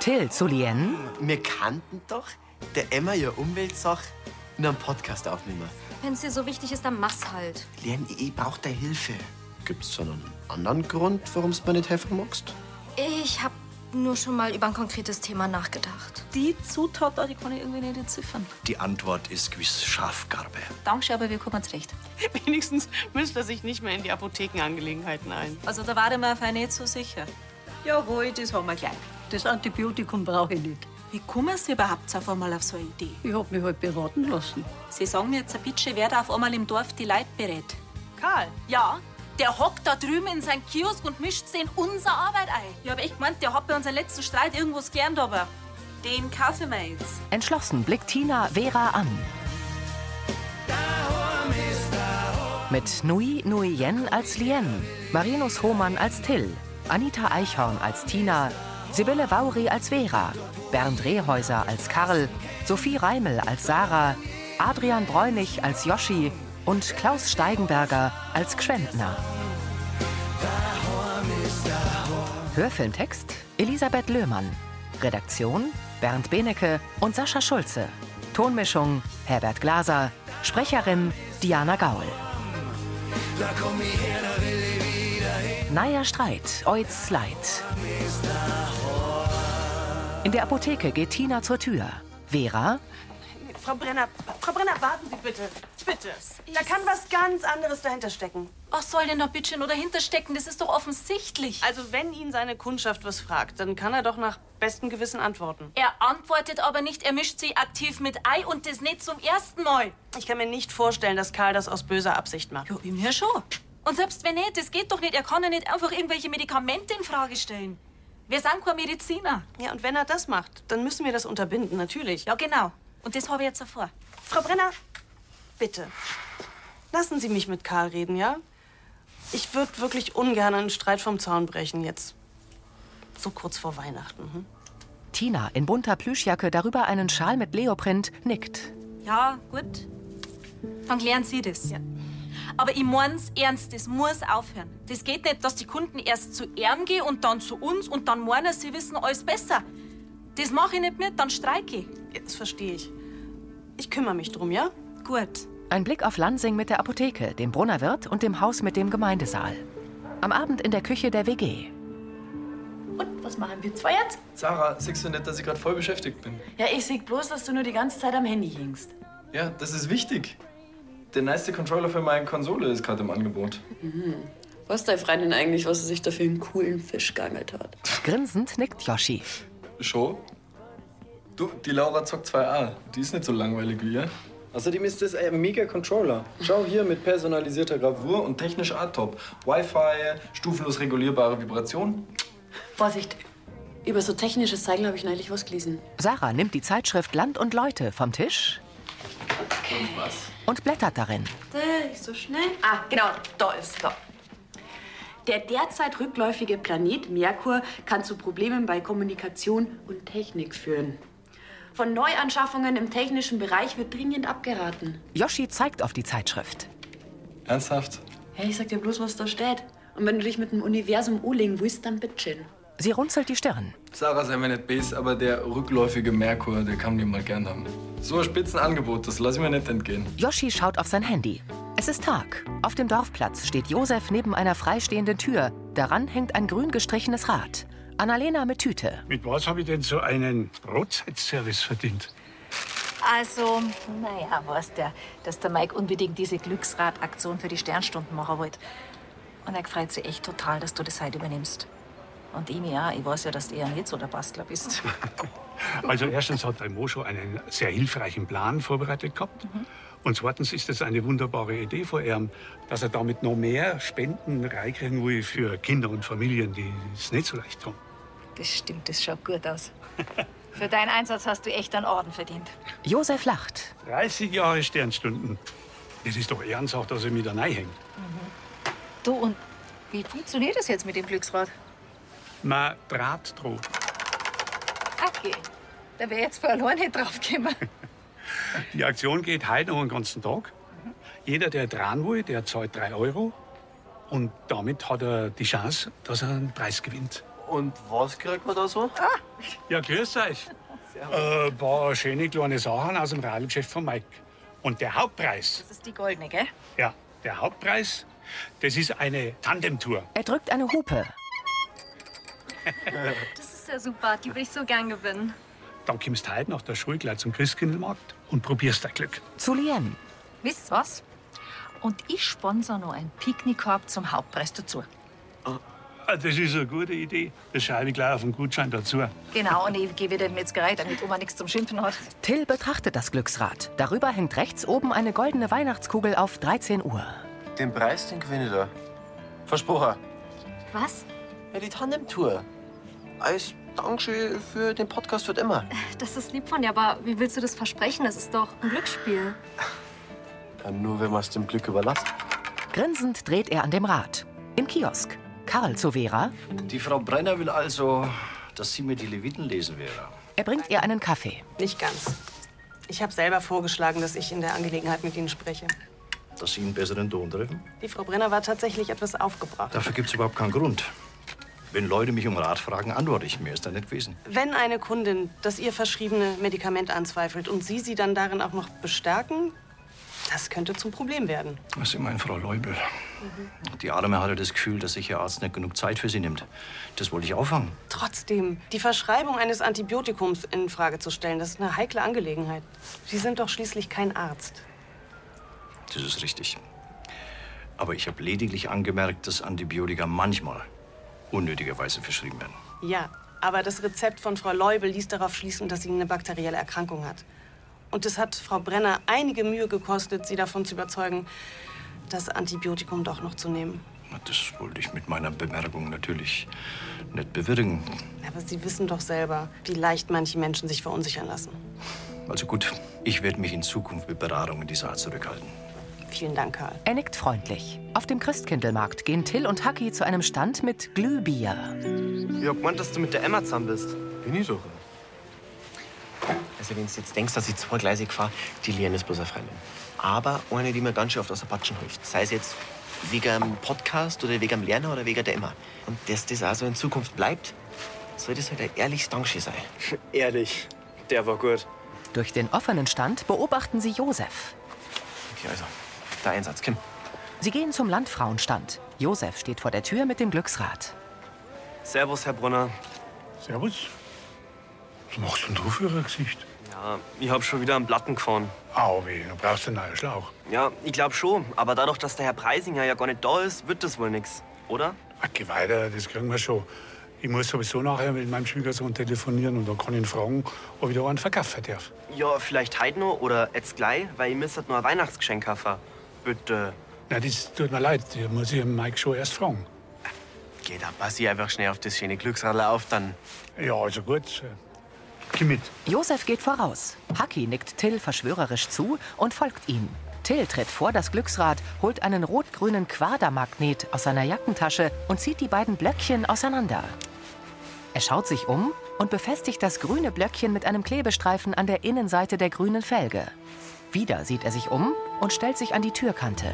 Till Solien, Wir kannten doch der Emma ihre Umweltsache in einem Podcast aufnehmen. Wenn es dir so wichtig ist, dann mach's halt. Lern, ich brauch da Hilfe. Gibt's da noch einen anderen Grund, warum du mir nicht helfen magst? Ich hab nur schon mal über ein konkretes Thema nachgedacht. Die Zutat da, die kann ich irgendwie nicht entziffern. Die Antwort ist gewiss Schafgarbe. Dankeschön, aber wir kommen zurecht. Wenigstens mischt er sich nicht mehr in die Apothekenangelegenheiten ein. Also da war ich mir auf einen nicht so sicher. Jawohl, das haben wir gleich. Das Antibiotikum brauche ich nicht. Wie kommen Sie überhaupt auf einmal auf so eine Idee? Ich hab mich halt beraten lassen. Sie sagen mir jetzt ein bisschen, wer da auf einmal im Dorf die Leute berät. Karl, Ja, der hockt da drüben in seinem Kiosk und mischt sie in unsere Arbeit ein. Ich habe echt gemeint, der hat bei unserem letzten Streit irgendwas gelernt, aber den kaufe ich mir jetzt. entschlossen blickt Tina Vera an. Mit Nui Nui Yen als Lien, Marinus Hohmann als Till, Anita Eichhorn als Tina, Sibylle Vauri als Vera, Bernd Rehäuser als Karl, Sophie Reimel als Sarah, Adrian Bräunig als Joschi und Klaus Steigenberger als Gschwendner. Hörfilmtext Elisabeth Löhmann. Redaktion Bernd Benecke und Sascha Schulze. Tonmischung Herbert Glaser. Sprecherin Diana Gaul. Naja Streit, Oiz Leid. In der Apotheke geht Tina zur Tür. Vera, Frau Brenner, Frau Brenner, warten Sie bitte. Bitte. Da kann was ganz anderes dahinter stecken. Was soll denn da bitte nur dahinter stecken? Das ist doch offensichtlich. also wenn ihn seine Kundschaft was fragt, dann kann er doch nach bestem Gewissen antworten. Er antwortet aber nicht, er mischt sie aktiv mit Ei und das nicht zum ersten Mal. Ich kann mir nicht vorstellen, dass Karl das aus böser Absicht macht. Ja, ich mir schon. Und selbst wenn nicht, das geht doch nicht. Er kann ja nicht einfach irgendwelche Medikamente in Frage stellen. Wir sind kein Mediziner. Ja, und wenn er das macht, dann müssen wir das unterbinden, natürlich. Ja, genau. Und das habe ich jetzt so vor. Frau Brenner, bitte. Lassen Sie mich mit Karl reden, ja? Ich würde wirklich ungern einen Streit vom Zaun brechen jetzt. So kurz vor Weihnachten. Hm? Tina in bunter Plüschjacke, darüber einen Schal mit Leoprint, nickt. Ja, gut. Dann klären Sie das. Aber ich mein's ernst, das muss aufhören. Das geht nicht, dass die Kunden erst zu ihm gehen und dann zu uns und dann meinen, sie wissen alles besser. Das mache ich nicht mit, dann streike ich. Ja, Das verstehe ich. Ich kümmere mich drum, ja? Gut. Ein Blick auf Lansing mit der Apotheke, dem Brunnerwirt und dem Haus mit dem Gemeindesaal. Am Abend in der Küche der WG. Und was machen wir zwei jetzt? Sarah, siehst du nicht, dass ich gerade voll beschäftigt bin? Ja, ich sehe bloß, dass du nur die ganze Zeit am Handy hingst. Ja, das ist wichtig. Der neueste Controller für meine Konsole ist gerade im Angebot. Was ist deine Freundin eigentlich, was sie sich da für einen coolen Fisch geangelt hat? Grinsend nickt Yoshi. Show? Du, die Laura zockt 2A. Die ist nicht so langweilig wie ihr. Außerdem ist das ein mega Controller. Schau hier mit personalisierter Gravur und technisch A-Top. Wi-Fi, stufenlos regulierbare Vibration. Vorsicht! Über so technisches Zeichen habe ich neulich was gelesen. Sarah nimmt die Zeitschrift Land und Leute vom Tisch und blättert darin. Äh, Nicht so schnell. Ah, genau, da ist da. Der derzeit rückläufige Planet Merkur kann zu Problemen bei Kommunikation und Technik führen. Von Neuanschaffungen im technischen Bereich wird dringend abgeraten. Yoshi zeigt auf die Zeitschrift. Ernsthaft? Hey, ich sag dir bloß, was da steht. Und wenn du dich mit dem Universum ulegen willst, dann bitteschön. Sie runzelt die Stirn. Sarah sei mir nicht base, aber der rückläufige Merkur, der kann mir mal gern haben. So ein Spitzenangebot, das lasse ich mir nicht entgehen. Yoshi schaut auf sein Handy. Es ist Tag. Auf dem Dorfplatz steht Josef neben einer freistehenden Tür. Daran hängt ein grün gestrichenes Rad. Annalena mit Tüte. Mit was habe ich denn so einen Brotzeitservice verdient? Also, Naja, weißt ja, dass der Mike unbedingt diese Glücksradaktion für die Sternstunden machen wollte. Und er freut sich echt total, dass du das heute übernimmst. Und ihm ja, ich weiß ja, dass du eher nicht so der Bastler bist. Also erstens hat der Mo schon einen sehr hilfreichen Plan vorbereitet gehabt. Und zweitens ist es eine wunderbare Idee von ihm, dass er damit noch mehr Spenden reinkriegen will für Kinder und Familien, die es nicht so leicht haben. Das stimmt, das schaut gut aus. Für deinen Einsatz hast du echt einen Orden verdient. Josef lacht. 30 Jahre Sternstunden. Das ist doch ernsthaft, dass er mich da reinhängt. Du und wie funktioniert das jetzt mit dem Glücksrad? Man Draht drauf. Okay, da wäre jetzt verloren nicht drauf gekommen. Die Aktion geht heute noch den ganzen Tag. Jeder, der dran will, der zahlt 3 Euro. Und damit hat er die Chance, dass er einen Preis gewinnt. Und was kriegt man da so? Ja, grüß euch. Äh, ein paar schöne kleine Sachen aus dem Radlgeschäft von Mike. Und der Hauptpreis, Das ist die goldene, gell? ja, der Hauptpreis, das ist eine Tandemtour. Er drückt eine Hupe. Das ist ja super, die will ich so gern gewinnen. Dann kommst du heute nach der Schule gleich zum Christkindlmarkt und probierst dein Glück. Zu Lien. Wisst was? Und ich sponsor noch einen Picknickkorb zum Hauptpreis dazu. Ah, Das ist eine gute Idee. Das schreibe ich gleich auf den Gutschein dazu. Genau, und ich gehe wieder in die Metzgerei, damit Oma nichts zum Schimpfen hat. Till betrachtet das Glücksrad. Darüber hängt rechts oben eine goldene Weihnachtskugel auf 13 Uhr. Den Preis, den gewinne ich da. Versprochen. Was? Ja, die Tandem-Tour. Als Dankeschön für den Podcast wird immer. Das ist lieb von dir, aber wie willst du das versprechen? Das ist doch ein Glücksspiel. Ja, nur wenn man es dem Glück überlässt. Grinsend dreht er an dem Rad. Im Kiosk. Karl zu Vera. Die Frau Brenner will also, dass sie mir die Leviten lesen, Vera. Er bringt ihr einen Kaffee. Nicht ganz. Ich habe selber vorgeschlagen, dass ich in der Angelegenheit mit Ihnen spreche. Dass sie einen besseren Ton treffen. Die Frau Brenner war tatsächlich etwas aufgebracht. Dafür gibt es überhaupt keinen Grund. Wenn Leute mich um Rat fragen, antworte ich mir. Ist da nicht gewesen. Wenn eine Kundin das ihr verschriebene Medikament anzweifelt und Sie sie dann darin auch noch bestärken, das könnte zum Problem werden. Was immerhin, Frau Leubel. Die Arme hatte das Gefühl, dass sich ihr Arzt nicht genug Zeit für sie nimmt. Das wollte ich auffangen. Trotzdem, die Verschreibung eines Antibiotikums in Frage zu stellen, das ist eine heikle Angelegenheit. Sie sind doch schließlich kein Arzt. Das ist richtig. Aber ich habe lediglich angemerkt, dass Antibiotika manchmal unnötigerweise verschrieben werden. Ja, aber das Rezept von Frau Leubel ließ darauf schließen, dass sie eine bakterielle Erkrankung hat. Und es hat Frau Brenner einige Mühe gekostet, sie davon zu überzeugen, das Antibiotikum doch noch zu nehmen. Na, Das wollte ich mit meiner Bemerkung natürlich nicht bewirken. Aber Sie wissen doch selber, wie leicht manche Menschen sich verunsichern lassen. Also gut, ich werde mich in Zukunft mit Beratungen dieser Art zurückhalten. Vielen Dank, Karl. Er nickt freundlich. Auf dem Christkindlmarkt gehen Till und Haki zu einem Stand mit Glühbier. Ich hab gemeint, dass du mit der Emma zusammen bist. Bin ich doch. Also wenn du jetzt denkst, dass ich zweigleisig fahre, die Liane ist bloß eine Freundin. Aber eine, die mir ganz schön oft aus der Patschen hilft. Sei es jetzt wegen dem Podcast oder wegen dem Lernen oder wegen der Emma. Und dass das auch so in Zukunft bleibt, soll das halt ein ehrliches Dankeschön sein. Ehrlich, der war gut. Durch den offenen Stand beobachten sie Josef. Okay, also, der Einsatz, Kim. Sie gehen zum Landfrauenstand. Josef steht vor der Tür mit dem Glücksrad. Servus, Herr Brunner. Servus. Was machst denn du für ein Gesicht? Ja, ich hab schon wieder einen Platten gefahren. Au weh, du brauchst einen neuen Schlauch. Ja, ich glaub schon. Aber dadurch, dass der Herr Preisinger ja gar nicht da ist, wird das wohl nix, oder? Ach, geh weiter, das kriegen wir schon. Ich muss sowieso nachher mit meinem Schwiegersohn telefonieren und dann kann ich ihn fragen, ob ich da einen verkaufen darf. Ja, vielleicht heute noch oder jetzt gleich, weil ich müsst halt noch ein Weihnachtsgeschenk kaufen. Bitte. Na, das tut mir leid, das muss ich den Mike schon erst fragen. Geh, dann pass ich einfach schnell auf das schöne Glücksradler auf, dann... Ja, also gut. Geh mit. Josef geht voraus. Haki nickt Till verschwörerisch zu und folgt ihm. Till tritt vor das Glücksrad, holt einen rot-grünen Quadermagnet aus seiner Jackentasche und zieht die beiden Blöckchen auseinander. Er schaut sich um und befestigt das grüne Blöckchen mit einem Klebestreifen an der Innenseite der grünen Felge. Wieder sieht er sich um und stellt sich an die Türkante.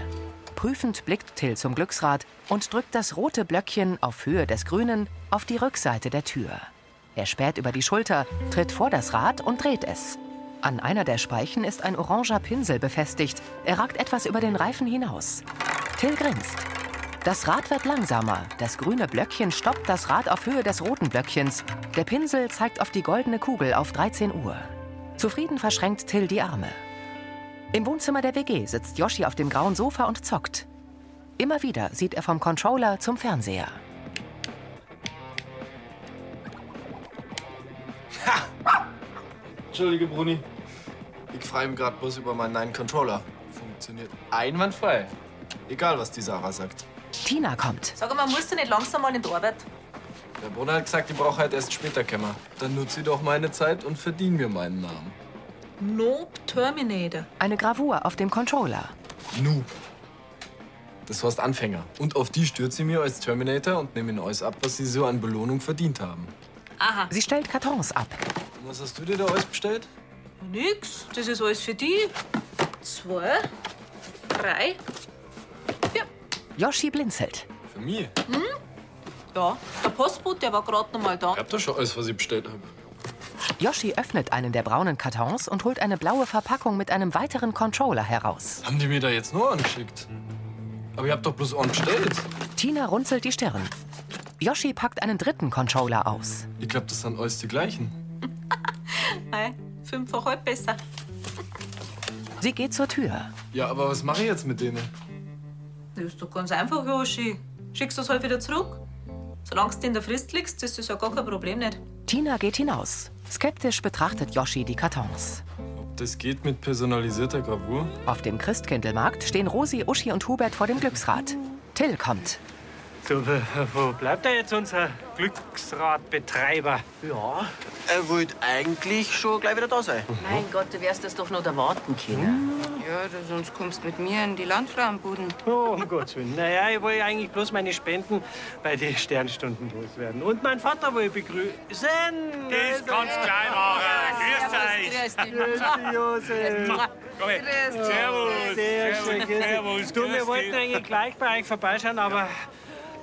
Prüfend blickt Till zum Glücksrad und drückt das rote Blöckchen auf Höhe des grünen auf die Rückseite der Tür. Er späht über die Schulter, tritt vor das Rad und dreht es. An einer der Speichen ist ein oranger Pinsel befestigt. Er ragt etwas über den Reifen hinaus. Till grinst. Das Rad wird langsamer. Das grüne Blöckchen stoppt das Rad auf Höhe des roten Blöckchens. Der Pinsel zeigt auf die goldene Kugel auf 13 Uhr. Zufrieden verschränkt Till die Arme. Im Wohnzimmer der WG sitzt Yoshi auf dem grauen Sofa und zockt. Immer wieder sieht er vom Controller zum Fernseher. Entschuldige, Bruni. Ich freue mich gerade bloß über meinen neuen Controller. Funktioniert einwandfrei. Egal, was die Sarah sagt. Tina kommt. Sag mal, musst du nicht langsam mal in die Arbeit? Der Brunner hat gesagt, ich brauche halt erst später Kämmer. Dann nutze ich doch meine Zeit und verdiene mir meinen Namen. Nope Terminator. Eine Gravur auf dem Controller. Noob. Das heißt Anfänger. Und auf die stürze ich mir als Terminator und nehme ihnen alles ab, was sie so an Belohnung verdient haben. Aha. Sie stellt Kartons ab. Und was hast du dir da alles bestellt? Nix, das ist alles für die. Zwei, drei. Yoshi blinzelt. Für mich? Hm? Ja, der Postbote, der war gerade noch mal da. Ich hab da schon alles, was ich bestellt habe. Yoshi öffnet einen der braunen Kartons und holt eine blaue Verpackung mit einem weiteren Controller heraus. Haben die mir da jetzt nur angeschickt? Aber ich hab doch bloß einen bestellt. Tina runzelt die Stirn. Yoshi packt einen dritten Controller aus. Ich glaub, das sind alles die gleichen. Ei, fünffach halb besser. Sie geht zur Tür. Ja, aber was mache ich jetzt mit denen? Das ist doch ganz einfach, Yoshi. Schickst du es halt wieder zurück? Solange du in der Frist liegst, ist das ja gar kein Problem nicht. Tina geht hinaus. Skeptisch betrachtet Yoshi die Kartons. Das geht mit personalisierter Gravur? Auf dem Christkindlmarkt stehen Rosi, Uschi und Hubert vor dem Glücksrad. Till kommt. So, wo- wo bleibt da jetzt unser Glücksradbetreiber? Ja. Er wollte eigentlich schon gleich wieder da sein. Mein Gott, du wärst das doch noch erwarten können. Ja, du, sonst kommst mit mir in die Landfrauenbuden. Oh, um Gottes Willen. Naja, ich wollte eigentlich bloß meine Spenden bei den Sternstunden loswerden. Und meinen Vater wollte ich begrüßen. Das kannst gleich machen. Grüß euch. Grüß dich, Josef. Komm her. Ja, Servus. Sehr schön, grüß dich. Servus. Du, wir grüß wollten dich. eigentlich gleich bei euch vorbeischauen, aber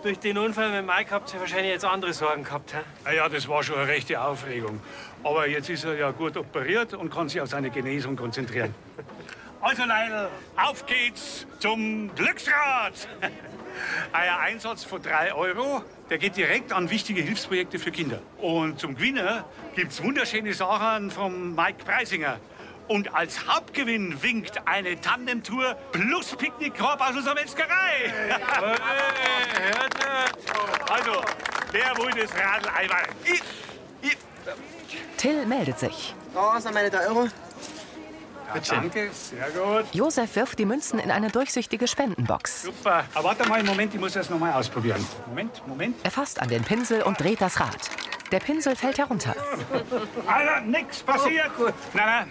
durch den Unfall mit Mike habt ihr wahrscheinlich jetzt andere Sorgen gehabt. He? Ah ja, das war schon eine rechte Aufregung. Aber jetzt ist er ja gut operiert und kann sich auf seine Genesung konzentrieren. Also Leidl, auf geht's zum Glücksrad. Euer Einsatz von 3 Euro, der geht direkt an wichtige Hilfsprojekte für Kinder. Und zum Gewinner gibt's wunderschöne Sachen vom Mike Preisinger. Und als Hauptgewinn winkt eine Tandemtour plus Picknickkorb aus unserer Metzgerei. Hey, hört, hört. Also, wer will das Radl einmal? Ich, Till meldet sich. Da sind meine 3 Euro. danke, sehr gut. Josef wirft die Münzen in eine durchsichtige Spendenbox. Super. Aber warte mal einen Moment, ich muss das noch mal ausprobieren. Moment, Moment. Er fasst an den Pinsel und dreht das Rad. Der Pinsel fällt herunter. Alter, nix passiert. gut. Nein, nein,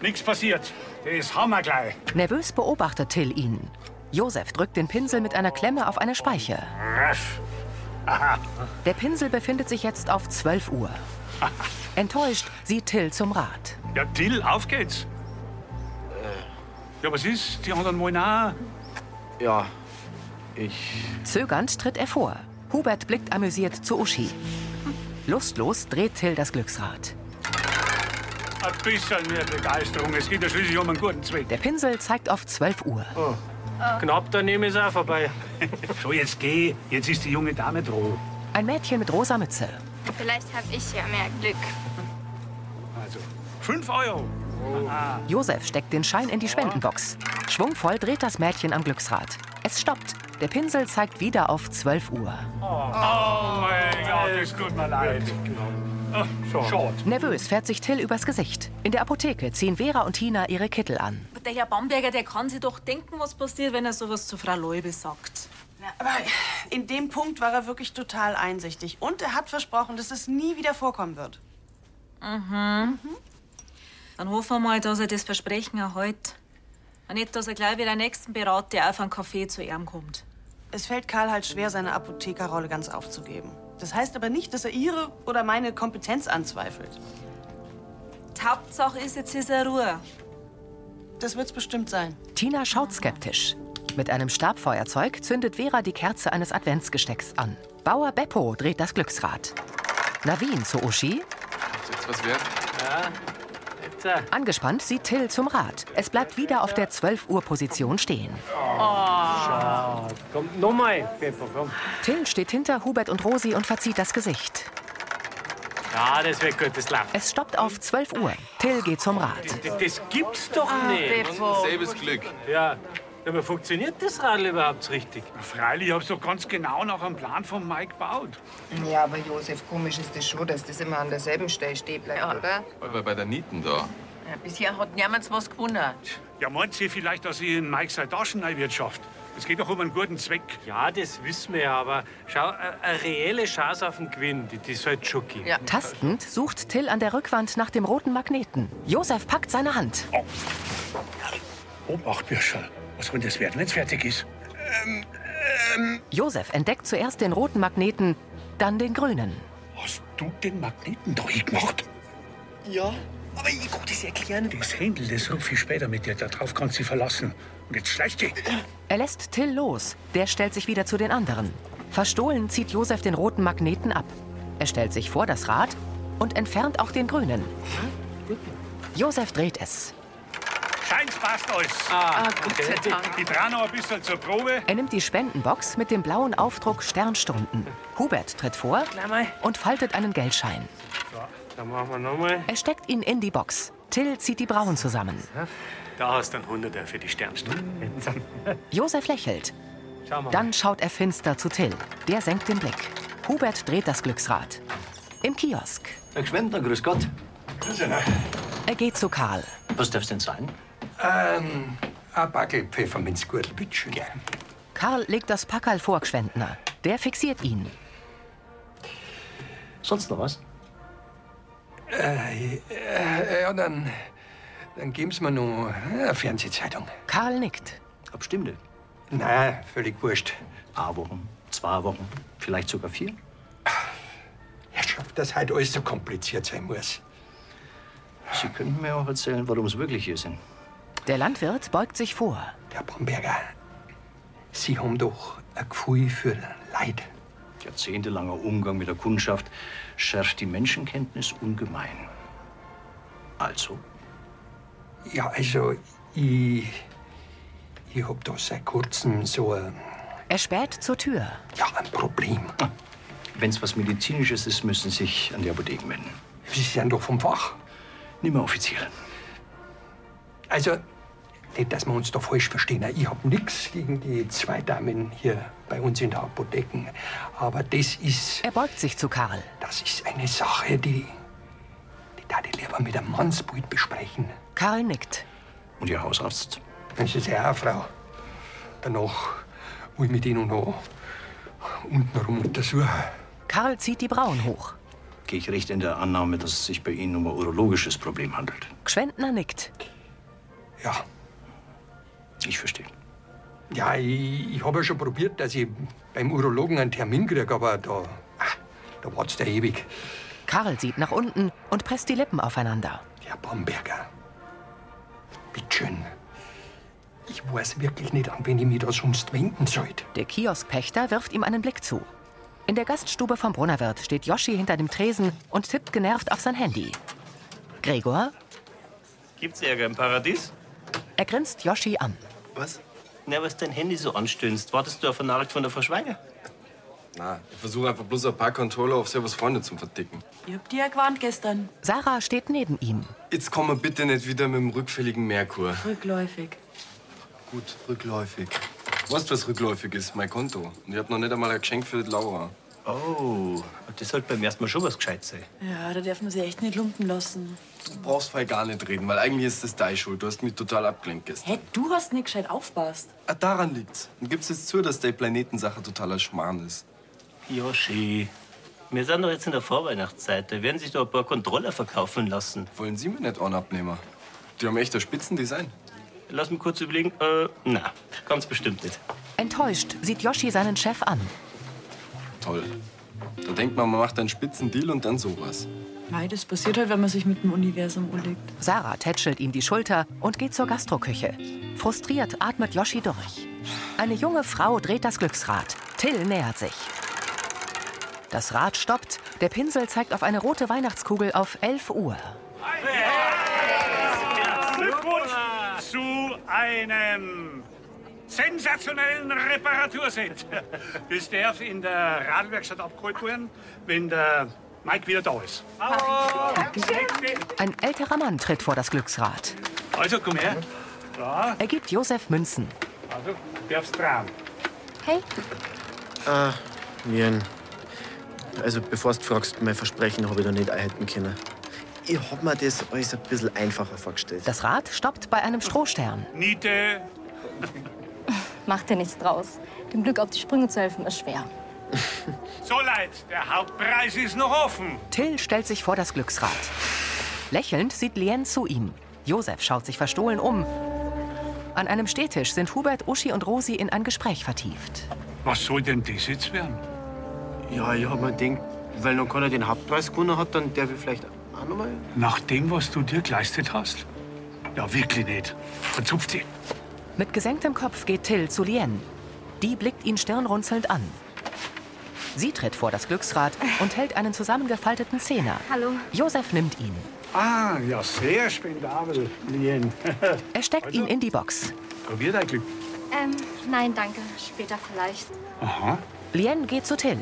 nix passiert. Das haben wir gleich. Nervös beobachtet Till ihn. Josef drückt den Pinsel mit einer Klemme auf eine Speiche. Raff. Aha. Der Pinsel befindet sich jetzt auf 12 Uhr. Enttäuscht sieht Till zum Rad. Ja, Till, auf geht's. Ja, was ist? Die anderen wollen auch. Ja, ich. Zögernd tritt er vor. Hubert blickt amüsiert zu Uschi. Lustlos dreht Till das Glücksrad. Ein bisschen mehr Begeisterung. Es geht ja schließlich um einen guten Zweck. Der Pinsel zeigt auf 12 Uhr. Knapp daneben ist auch vorbei. so, jetzt geh. Jetzt ist die junge Dame dran. Ein Mädchen mit rosa Mütze. Vielleicht habe ich ja mehr Glück. Also, 5 Euro. Aha. Josef steckt den Schein in die Spendenbox. Schwungvoll dreht das Mädchen am Glücksrad. Es stoppt. Der Pinsel zeigt wieder auf 12 Uhr. Oh, mein Gott, es tut mir leid. Ach, Schade. Nervös fährt sich Till übers Gesicht. In der Apotheke ziehen Vera und Tina ihre Kittel an. Aber Der Herr Bamberger, der kann sich doch denken, was passiert, wenn er sowas zu Frau Leube sagt. Aber in dem Punkt war er wirklich total einsichtig. Und er hat versprochen, dass es nie wieder vorkommen wird. Mhm. Dann hoffen wir mal, dass er das Versprechen erhält. Und nicht, dass er gleich wieder den nächsten berät, der auf einen Kaffee zu ihm kommt. Es fällt Karl halt schwer, seine Apothekerrolle ganz aufzugeben. Das heißt aber nicht, dass er ihre oder meine Kompetenz anzweifelt. Die Hauptsache ist, jetzt ist er Ruhe. Das wird's bestimmt sein. Tina schaut skeptisch. Mit einem Stabfeuerzeug zündet Vera die Kerze eines Adventsgestecks an. Bauer Beppo dreht das Glücksrad. Navin zu Uschi. Jetzt was wert? Ja. Angespannt sieht Till zum Rad. Es bleibt wieder auf der 12 Uhr Position stehen. Schade. Komm, nochmal, Pepper, komm. Till steht hinter Hubert und Rosi und verzieht das Gesicht. Ja, das wird gut, das läuft. Es stoppt auf 12 Uhr. Till geht zum Rad. Das, das gibt's doch nicht. Beppo. Selbes Glück. Ja. Aber funktioniert das Radl überhaupt richtig? Freilich, ich hab's doch ganz genau nach dem Plan von Mike gebaut. Ja, aber Josef, komisch ist das schon, dass das immer an derselben Stelle stehen bleibt, oder? Weil wir bei der Nieten da. Ja, bisher hat niemand was gewonnen. Ja, meint sie vielleicht, dass sie in Mike seine Taschen einwirtschaft? Es geht doch um einen guten Zweck. Ja, das wissen wir ja, aber schau, eine eine reelle Chance auf den Gewinn, die, die sollte schon geben. Tastend sucht Till an der Rückwand nach dem roten Magneten. Josef packt seine Hand. Obacht, Bürscherl. Was soll das werden, wenn's fertig ist? Josef entdeckt zuerst den roten Magneten, dann den grünen. Hast du den Magneten da hingemacht? Ja, aber ich kann das erklären. Das Händel, das ruf ich später mit dir. Darauf kannst du dich verlassen. Und jetzt schleich dich. Er lässt Till los. Der stellt sich wieder zu den anderen. Verstohlen zieht Josef den roten Magneten ab. Er stellt sich vor das Rad und entfernt auch den grünen. Josef dreht es. Scheins passt alles. Ah, Gott sei Die- Dank. Die dran noch ein bisschen zur Probe. Er nimmt die Spendenbox mit dem blauen Aufdruck Sternstunden. Hubert tritt vor und faltet einen Geldschein. Dann machen wir nochmal. Er steckt ihn in die Box. Till zieht die Brauen zusammen. Da hast du einen Hunderter für die Sternstunde. Josef lächelt. Schauen wir mal. Dann schaut er finster zu Till. Der senkt den Blick. Hubert dreht das Glücksrad. Im Kiosk. Herr Gschwendner, grüß Gott. Grüß Er geht zu Karl. Was darf's denn sein? Ähm, ein Backel Pfefferminzgürtel, bitteschön. Ja. Karl legt das Packerl vor Gschwendner. Der fixiert ihn. Sonst noch was? Äh, äh, ja, dann, dann geben Sie mir noch äh, eine Fernsehzeitung. Karl nickt. Ab Stunde. Nein, völlig wurscht. Ein Wochen, zwei Wochen, vielleicht sogar vier. Herrschaft, dass heute alles so kompliziert sein muss. Sie könnten mir auch erzählen, warum Sie wirklich hier sind. Der Landwirt beugt sich vor. Herr Bromberger, Sie haben doch ein Gefühl für Leid. Jahrzehntelanger Umgang mit der Kundschaft schärft die Menschenkenntnis ungemein. Also, Ja, also, ich. Ich hab da seit kurzem so ein Er späht zur Tür. Problem. wenn's was Medizinisches ist, müssen Sie sich an die Apotheken wenden. Sie sind doch vom Fach. Nicht mehr offiziell. Also, nicht, dass wir uns da falsch verstehen. Ich habe nichts gegen die zwei Damen hier bei uns in der Apotheken. Aber das ist. Er beugt sich zu Karl. Das ist eine Sache, die. Die darf ich lieber mit einem Mannsbild besprechen. Karl nickt. Und Ihr Hausarzt? Das ist ja auch eine Frau. Danach will ich mit Ihnen noch untenrum untersuchen. Karl zieht die Brauen hoch. Gehe ich recht in der Annahme, dass es sich bei Ihnen um ein urologisches Problem handelt. Gschwendner nickt. Ja. Ich verstehe. Ja, ich, ich habe ja schon probiert, dass ich beim Urologen einen Termin kriege, aber da. ach, Da wart's ja ewig. Karl sieht nach unten und presst die Lippen aufeinander. Herr Bomberger, bitteschön. Ich weiß wirklich nicht, an wen ich mich da sonst wenden sollte. Der Kioskpächter wirft ihm einen Blick zu. In der Gaststube vom Brunnerwirt steht Joschi hinter dem Tresen und tippt genervt auf sein Handy. Gregor? Gibt's Ärger im Paradies? Er grinst Joschi an. Was? Na, was dein Handy so anstöhnst. Wartest du auf eine Nachricht von der Frau Schweiger? Na, ich versuche einfach bloß ein paar Controller auf Servus Freunde zum Verdicken. Ich hab dir ja gewarnt gestern. Sarah steht neben ihm. Jetzt komm mal bitte nicht wieder mit dem rückfälligen Merkur. Rückläufig. Gut, rückläufig. Weißt du, was rückläufig ist? Mein Konto. Und ich hab noch nicht einmal ein Geschenk für die Laura. Oh, das sollte beim ersten Mal schon was gescheit sein. Ja, da dürfen sie echt nicht lumpen lassen. Du brauchst vorher gar nicht reden, weil eigentlich ist das deine Schuld. Du hast mich total abgelenkt gestern. Hä, du hast nicht gescheit aufpasst. Ah, daran liegt's. Und gibst jetzt zu, dass die Planetensache totaler Schmarrn ist. Yoshi, wir sind doch jetzt in der Vorweihnachtszeit. Da werden sich doch ein paar Controller verkaufen lassen. Wollen Sie mir nicht einen abnehmen? Die haben echt ein Spitzendesign. Lass mich kurz überlegen. Äh, na, ganz bestimmt nicht. Enttäuscht sieht Joschi seinen Chef an. Toll. Da denkt man, man macht einen Spitzendeal und dann sowas. Mei, das passiert halt, wenn man sich mit dem Universum ulegt. Sarah tätschelt ihm die Schulter und geht zur Gastroküche. Frustriert atmet Joschi durch. Eine junge Frau dreht das Glücksrad. Till nähert sich. Das Rad stoppt. Der Pinsel zeigt auf eine rote Weihnachtskugel auf 11 Uhr. Glückwunsch zu einem sensationellen Reparaturset. Das darf in der Radwerkstatt abgeholt werden, wenn der Mike wieder da ist. Hallo! Ein älterer Mann tritt vor das Glücksrad. Also, komm her. Ja, Er gibt Josef Münzen. also, darfst dran. Hey. Ah, Mien. Also, bevor du fragst, mein Versprechen habe ich da nicht einhalten können. Ich hab mir das alles ein bisschen einfacher vorgestellt. Das Rad stoppt bei einem Strohstern. Niete. Macht dir nichts draus. Dem Glück auf die Sprünge zu helfen ist schwer. So leid, der Hauptpreis ist noch offen. Till stellt sich vor das Glücksrad. Lächelnd sieht Lien zu ihm. Josef schaut sich verstohlen um. An einem Stehtisch sind Hubert, Uschi und Rosi in ein Gespräch vertieft. Was soll denn das jetzt werden? Ja, ich hab mir gedacht, weil noch keiner den Hauptpreis gewonnen hat, dann darf ich vielleicht auch noch mal. Nach dem, was du dir geleistet hast? Ja, wirklich nicht. Verzupft sie. Mit gesenktem Kopf geht Till zu Lien. Die blickt ihn stirnrunzelnd an. Sie tritt vor das Glücksrad und hält einen zusammengefalteten Zehner. Hallo. Josef nimmt ihn. Ah, ja, sehr spendabel, Lien. Er steckt ihn in die Box. Probier dein Glück. Ähm, nein, danke. Später vielleicht. Aha. Lien geht zu Till.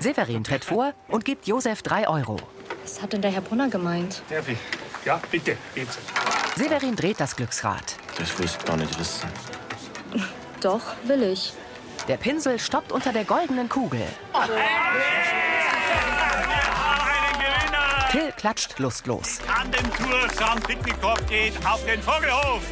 Severin tritt vor und gibt Josef drei Euro. Was hat denn der Herr Brunner gemeint? Darf ich? Ja, bitte, jetzt. Severin dreht das Glücksrad. Das willst du gar nicht wissen. Doch, will ich. Der Pinsel stoppt unter der goldenen Kugel. Till klatscht lustlos. An dem Tour zum Picknickkorb geht auf den Vogelhof.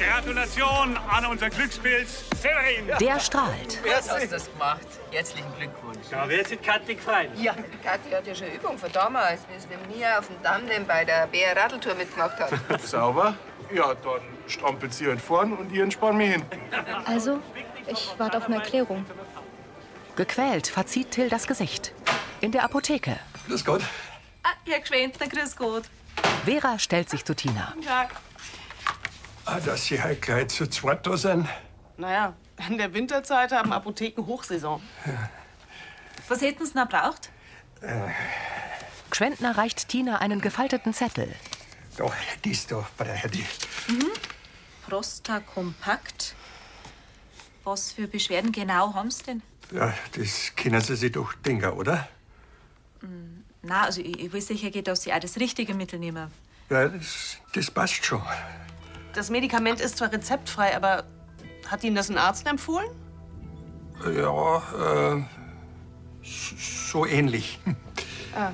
Gratulation an unseren Glückspilz Severin. Der strahlt. Wer hat das gemacht? Herzlichen Glückwunsch. Ja, wer sieht Kattig gefallen? Ja, die Kathi hat ja schon Übung von damals, wie es mit mir auf dem Dammden bei der BR-Radltour mitgemacht hat. Sauber? Ja, dann strampelt sie halt vorn und ihr entspannt mich hinten. Also, ich warte auf eine Erklärung. Gequält verzieht Till das Gesicht. In der Apotheke. Grüß Gott. Ah, Herr Gschwendner, grüß Gott. Vera stellt sich zu Tina. Ja. Ah, dass Sie halt gleich zu zweit da sind. Naja, in der Winterzeit haben Apotheken Hochsaison. Was hätten Sie noch braucht? Gschwendner reicht Tina einen gefalteten Zettel. Da, dies da, bei der Herdi. Mhm. Prostakompakt. Was für Beschwerden genau haben Sie denn? Ja, das können Sie sich doch denken, oder? Na, also ich, ich will sicher gehen, dass ich auch das richtige Mittel nehme. Ja, das, das passt schon. Das Medikament ist zwar rezeptfrei, aber hat Ihnen das ein Arzt empfohlen? Ja, äh, s- so ähnlich. Ah.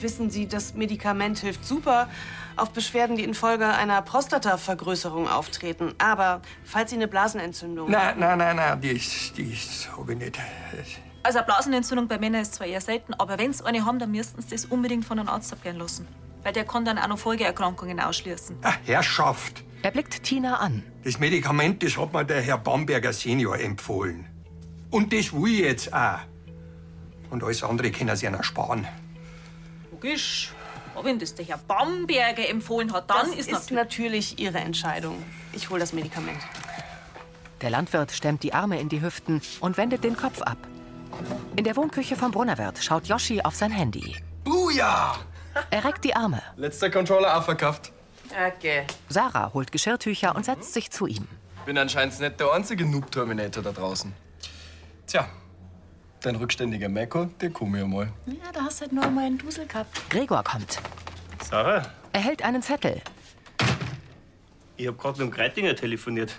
Wissen Sie, das Medikament hilft super auf Beschwerden, die infolge einer Prostatavergrößerung auftreten. Aber falls Sie eine Blasenentzündung Nein, nein, nein, nein, das, das habe ich nicht. Also eine Blasenentzündung bei Männern ist zwar eher selten, aber wenn Sie eine haben, dann müssten Sie das unbedingt von einem Arzt abklären lassen. Weil der kann dann auch noch Folgeerkrankungen ausschließen. Ah, Herrschaft, Er blickt Tina an. das Medikament, das hat mir der Herr Bamberger Senior empfohlen. Und das will ich jetzt auch. Und alles andere können Sie ihnen sparen. Logisch. Aber wenn das der Herr Bamberger empfohlen hat, dann Dann das ist ist, natürlich... natürlich Ihre Entscheidung. Ich hole das Medikament. Der Landwirt stemmt die Arme in die Hüften und wendet den Kopf ab. In der Wohnküche vom Brunnerwirt schaut Yoshi auf sein Handy. Buja! Er reckt die Arme. Letzter Controller auch verkauft. Okay. Sarah holt Geschirrtücher und setzt sich zu ihm. Bin anscheinend nicht der einzige Noob-Terminator da draußen. Tja, dein rückständiger Meko, der komme ich mal. Ja, da hast du halt nur einmal einen Dusel gehabt. Gregor kommt. Sarah, Er hält einen Zettel. ich hab gerade mit dem Greitinger telefoniert.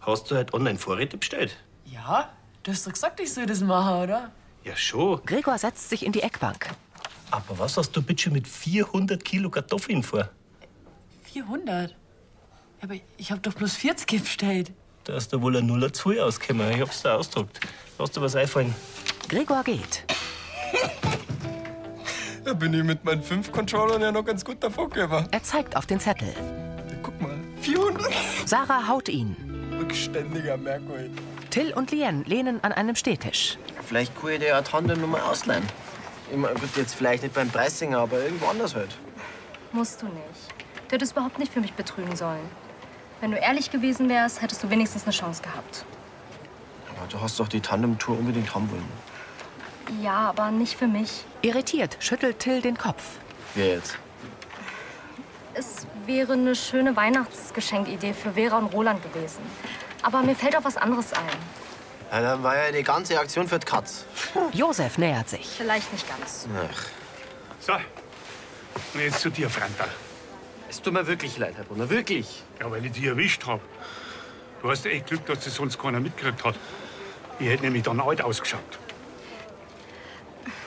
Hast du halt online Vorräte bestellt? Ja, du hast doch gesagt, ich soll das machen, oder? Ja, schon. Gregor setzt sich in die Eckbank. Aber was hast du bitte schon mit 400 Kilo Kartoffeln vor? 400? Aber ich habe doch bloß 40 bestellt. Da ist da wohl ein Nuller zu ausgekommen. Ich hab's da ausgedruckt. Lass dir was einfallen. Gregor geht. Da bin ich mit meinen fünf Controllern ja noch ganz gut davor gekommen. Er zeigt auf den Zettel. Guck mal, 400. Sarah haut ihn. Rückständiger Merkur. Till und Lien lehnen an einem Stehtisch. Vielleicht kann ich dir ja Tandem nochmal ausleihen. Ich mein, gut, jetzt vielleicht nicht beim Preisinger, aber irgendwo anders halt. Musst du nicht. Du hättest überhaupt nicht für mich betrügen sollen. Wenn du ehrlich gewesen wärst, hättest du wenigstens eine Chance gehabt. Aber du hast doch die Tandem-Tour unbedingt haben wollen. Ja, aber nicht für mich. Irritiert schüttelt Till den Kopf. Wer jetzt? Es wäre eine schöne Weihnachtsgeschenkidee für Vera und Roland gewesen. Aber mir fällt auch was anderes ein. Ja, dann war ja die ganze Aktion für die Katz. Josef nähert sich. Vielleicht nicht ganz. Ach. So, und jetzt zu dir, Franta. Es tut mir wirklich leid, Herr Brunner, wirklich. Ja, weil ich dich erwischt hab. Du hast echt Glück, dass das sonst keiner mitgekriegt hat. Ich hätte nämlich dann alt ausgeschaut.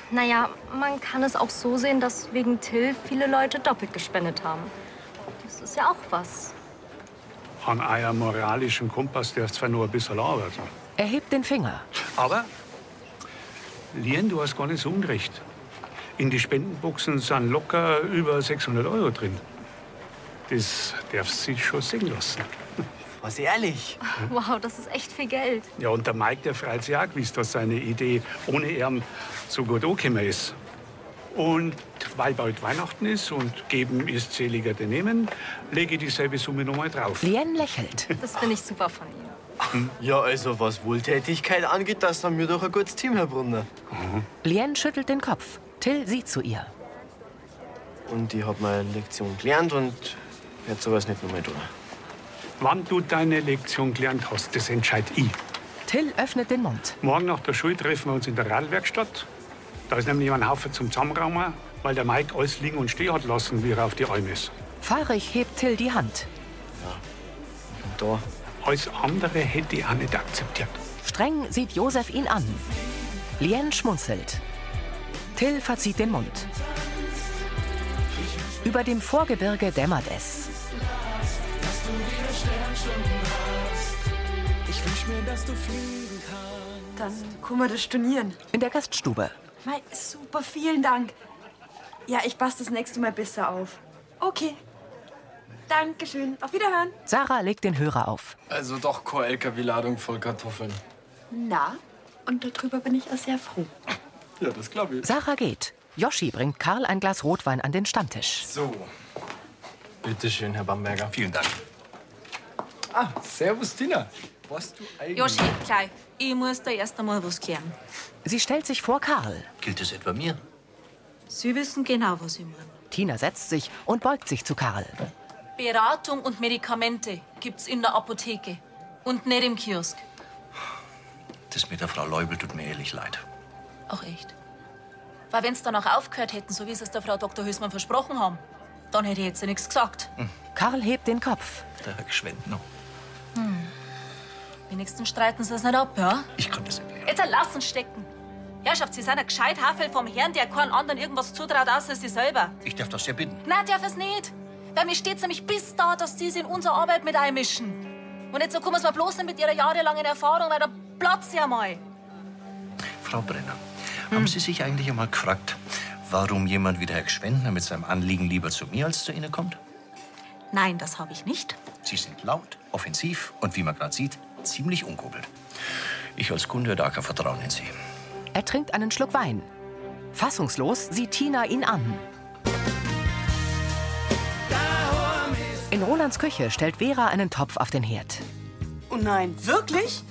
Naja, man kann es auch so sehen, dass wegen Till viele Leute doppelt gespendet haben. Das ist ja auch was. An euer moralischen Kompass darfst zwar nur ein bisschen arbeiten. Er hebt den Finger. Aber, Lien, du hast gar nicht so unrecht. In die Spendenboxen sind locker über 600 Euro drin. Das darfst du schon sehen lassen. Was ehrlich? Wow, das ist echt viel Geld. Ja, und der Mike, der freut sich auch gewiss, dass seine Idee ohne ihn so gut angekommen ist. Und weil bald Weihnachten ist und geben ist seliger denn nehmen, lege ich dieselbe Summe nochmal drauf. Lien lächelt. Das finde ich super von ihm. Ja, also was Wohltätigkeit angeht, das haben wir doch ein gutes Team, Herr Brunner. Lien schüttelt den Kopf. Till sieht zu ihr. Und ich hab meine Lektion gelernt und werde sowas nicht nochmal tun. Wann du deine Lektion gelernt hast, das entscheid ich. Till öffnet den Mund. Morgen nach der Schule treffen wir uns in der Radlwerkstatt. Da ist nämlich ein Haufen zum Zusammenraumen, weil der Mike alles liegen und stehen hat lassen, wie er auf die Alm ist. Fahrig hebt Till die Hand. Da. Alles andere hätte ich auch nicht akzeptiert. Streng sieht Josef ihn an. Lien schmunzelt. Till verzieht den Mund. Über dem Vorgebirge dämmert es. Ich wünsch mir, dass du fliegen kannst. Dann können wir das stornieren. In der Gaststube. Mei, super, vielen Dank. Ja, ich passe das nächste Mal besser auf. Okay. Dankeschön. Auf Wiederhören. Sarah legt den Hörer auf. Also doch keine LKW-Ladung voll Kartoffeln. Na, und darüber bin ich auch sehr froh. Ja, das glaube ich. Sarah geht. Yoshi bringt Karl ein Glas Rotwein an den Stammtisch. So. Bitte schön, Herr Bamberger. Vielen Dank. Ah, servus, Tina. Warst du eigentlich... Joshi, gleich. Ich muss da erst einmal was klären. Sie stellt sich vor Karl. Gilt es etwa mir? Sie wissen genau, was ich meine. Tina setzt sich und beugt sich zu Karl. Beratung und Medikamente gibt's in der Apotheke und nicht im Kiosk. Das mit der Frau Leubel tut mir ehrlich leid. Auch echt. Weil wenn's dann auch aufgehört hätten, so wie es der Frau Dr. Hößmann versprochen haben, dann hätte ich jetzt ja nichts gesagt. Karl hebt den Kopf. Der Herr Geschwendner. Hm. Wenigstens streiten sie das nicht ab, ja? Ich kann das erklären. Jetzt lassen stecken. Herrschaft, Sie sind ein gescheit Haarfell vom Herrn, der keinen anderen irgendwas zutraut, außer Sie selber. Ich darf das ja bitten. Na, darf es nicht. Weil mir steht's nämlich bis da, dass die sie in unsere Arbeit mit einmischen. Und jetzt so kommen sie mir bloß nicht mit ihrer jahrelangen Erfahrung, weil da platzt ja mal. Frau Brenner, haben Sie sich eigentlich einmal gefragt, warum jemand wie der Herr Geschwendner mit seinem Anliegen lieber zu mir als zu Ihnen kommt? Nein, das habe ich nicht. Sie sind laut, offensiv und wie man gerade sieht, ziemlich unkuppelt. Ich als Kunde hätte auch kein Vertrauen in Sie. Er trinkt einen Schluck Wein. Fassungslos sieht Tina ihn an. In Rolands Küche stellt Vera einen Topf auf den Herd. Oh nein, wirklich?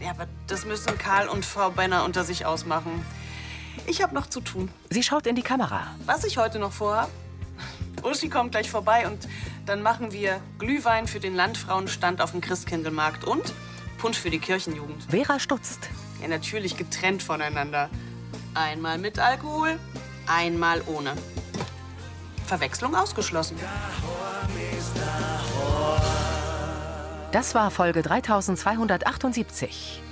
Ja, aber das müssen Karl und Frau Brenner unter sich ausmachen. Ich habe noch zu tun. Sie schaut in die Kamera. Was ich heute noch vorhab? Uschi kommt gleich vorbei und dann machen wir Glühwein für den Landfrauenstand auf dem Christkindlmarkt und Punsch für die Kirchenjugend. Vera stutzt. Ja, natürlich getrennt voneinander. Einmal mit Alkohol, einmal ohne. Verwechslung ausgeschlossen. Das war Folge 3278.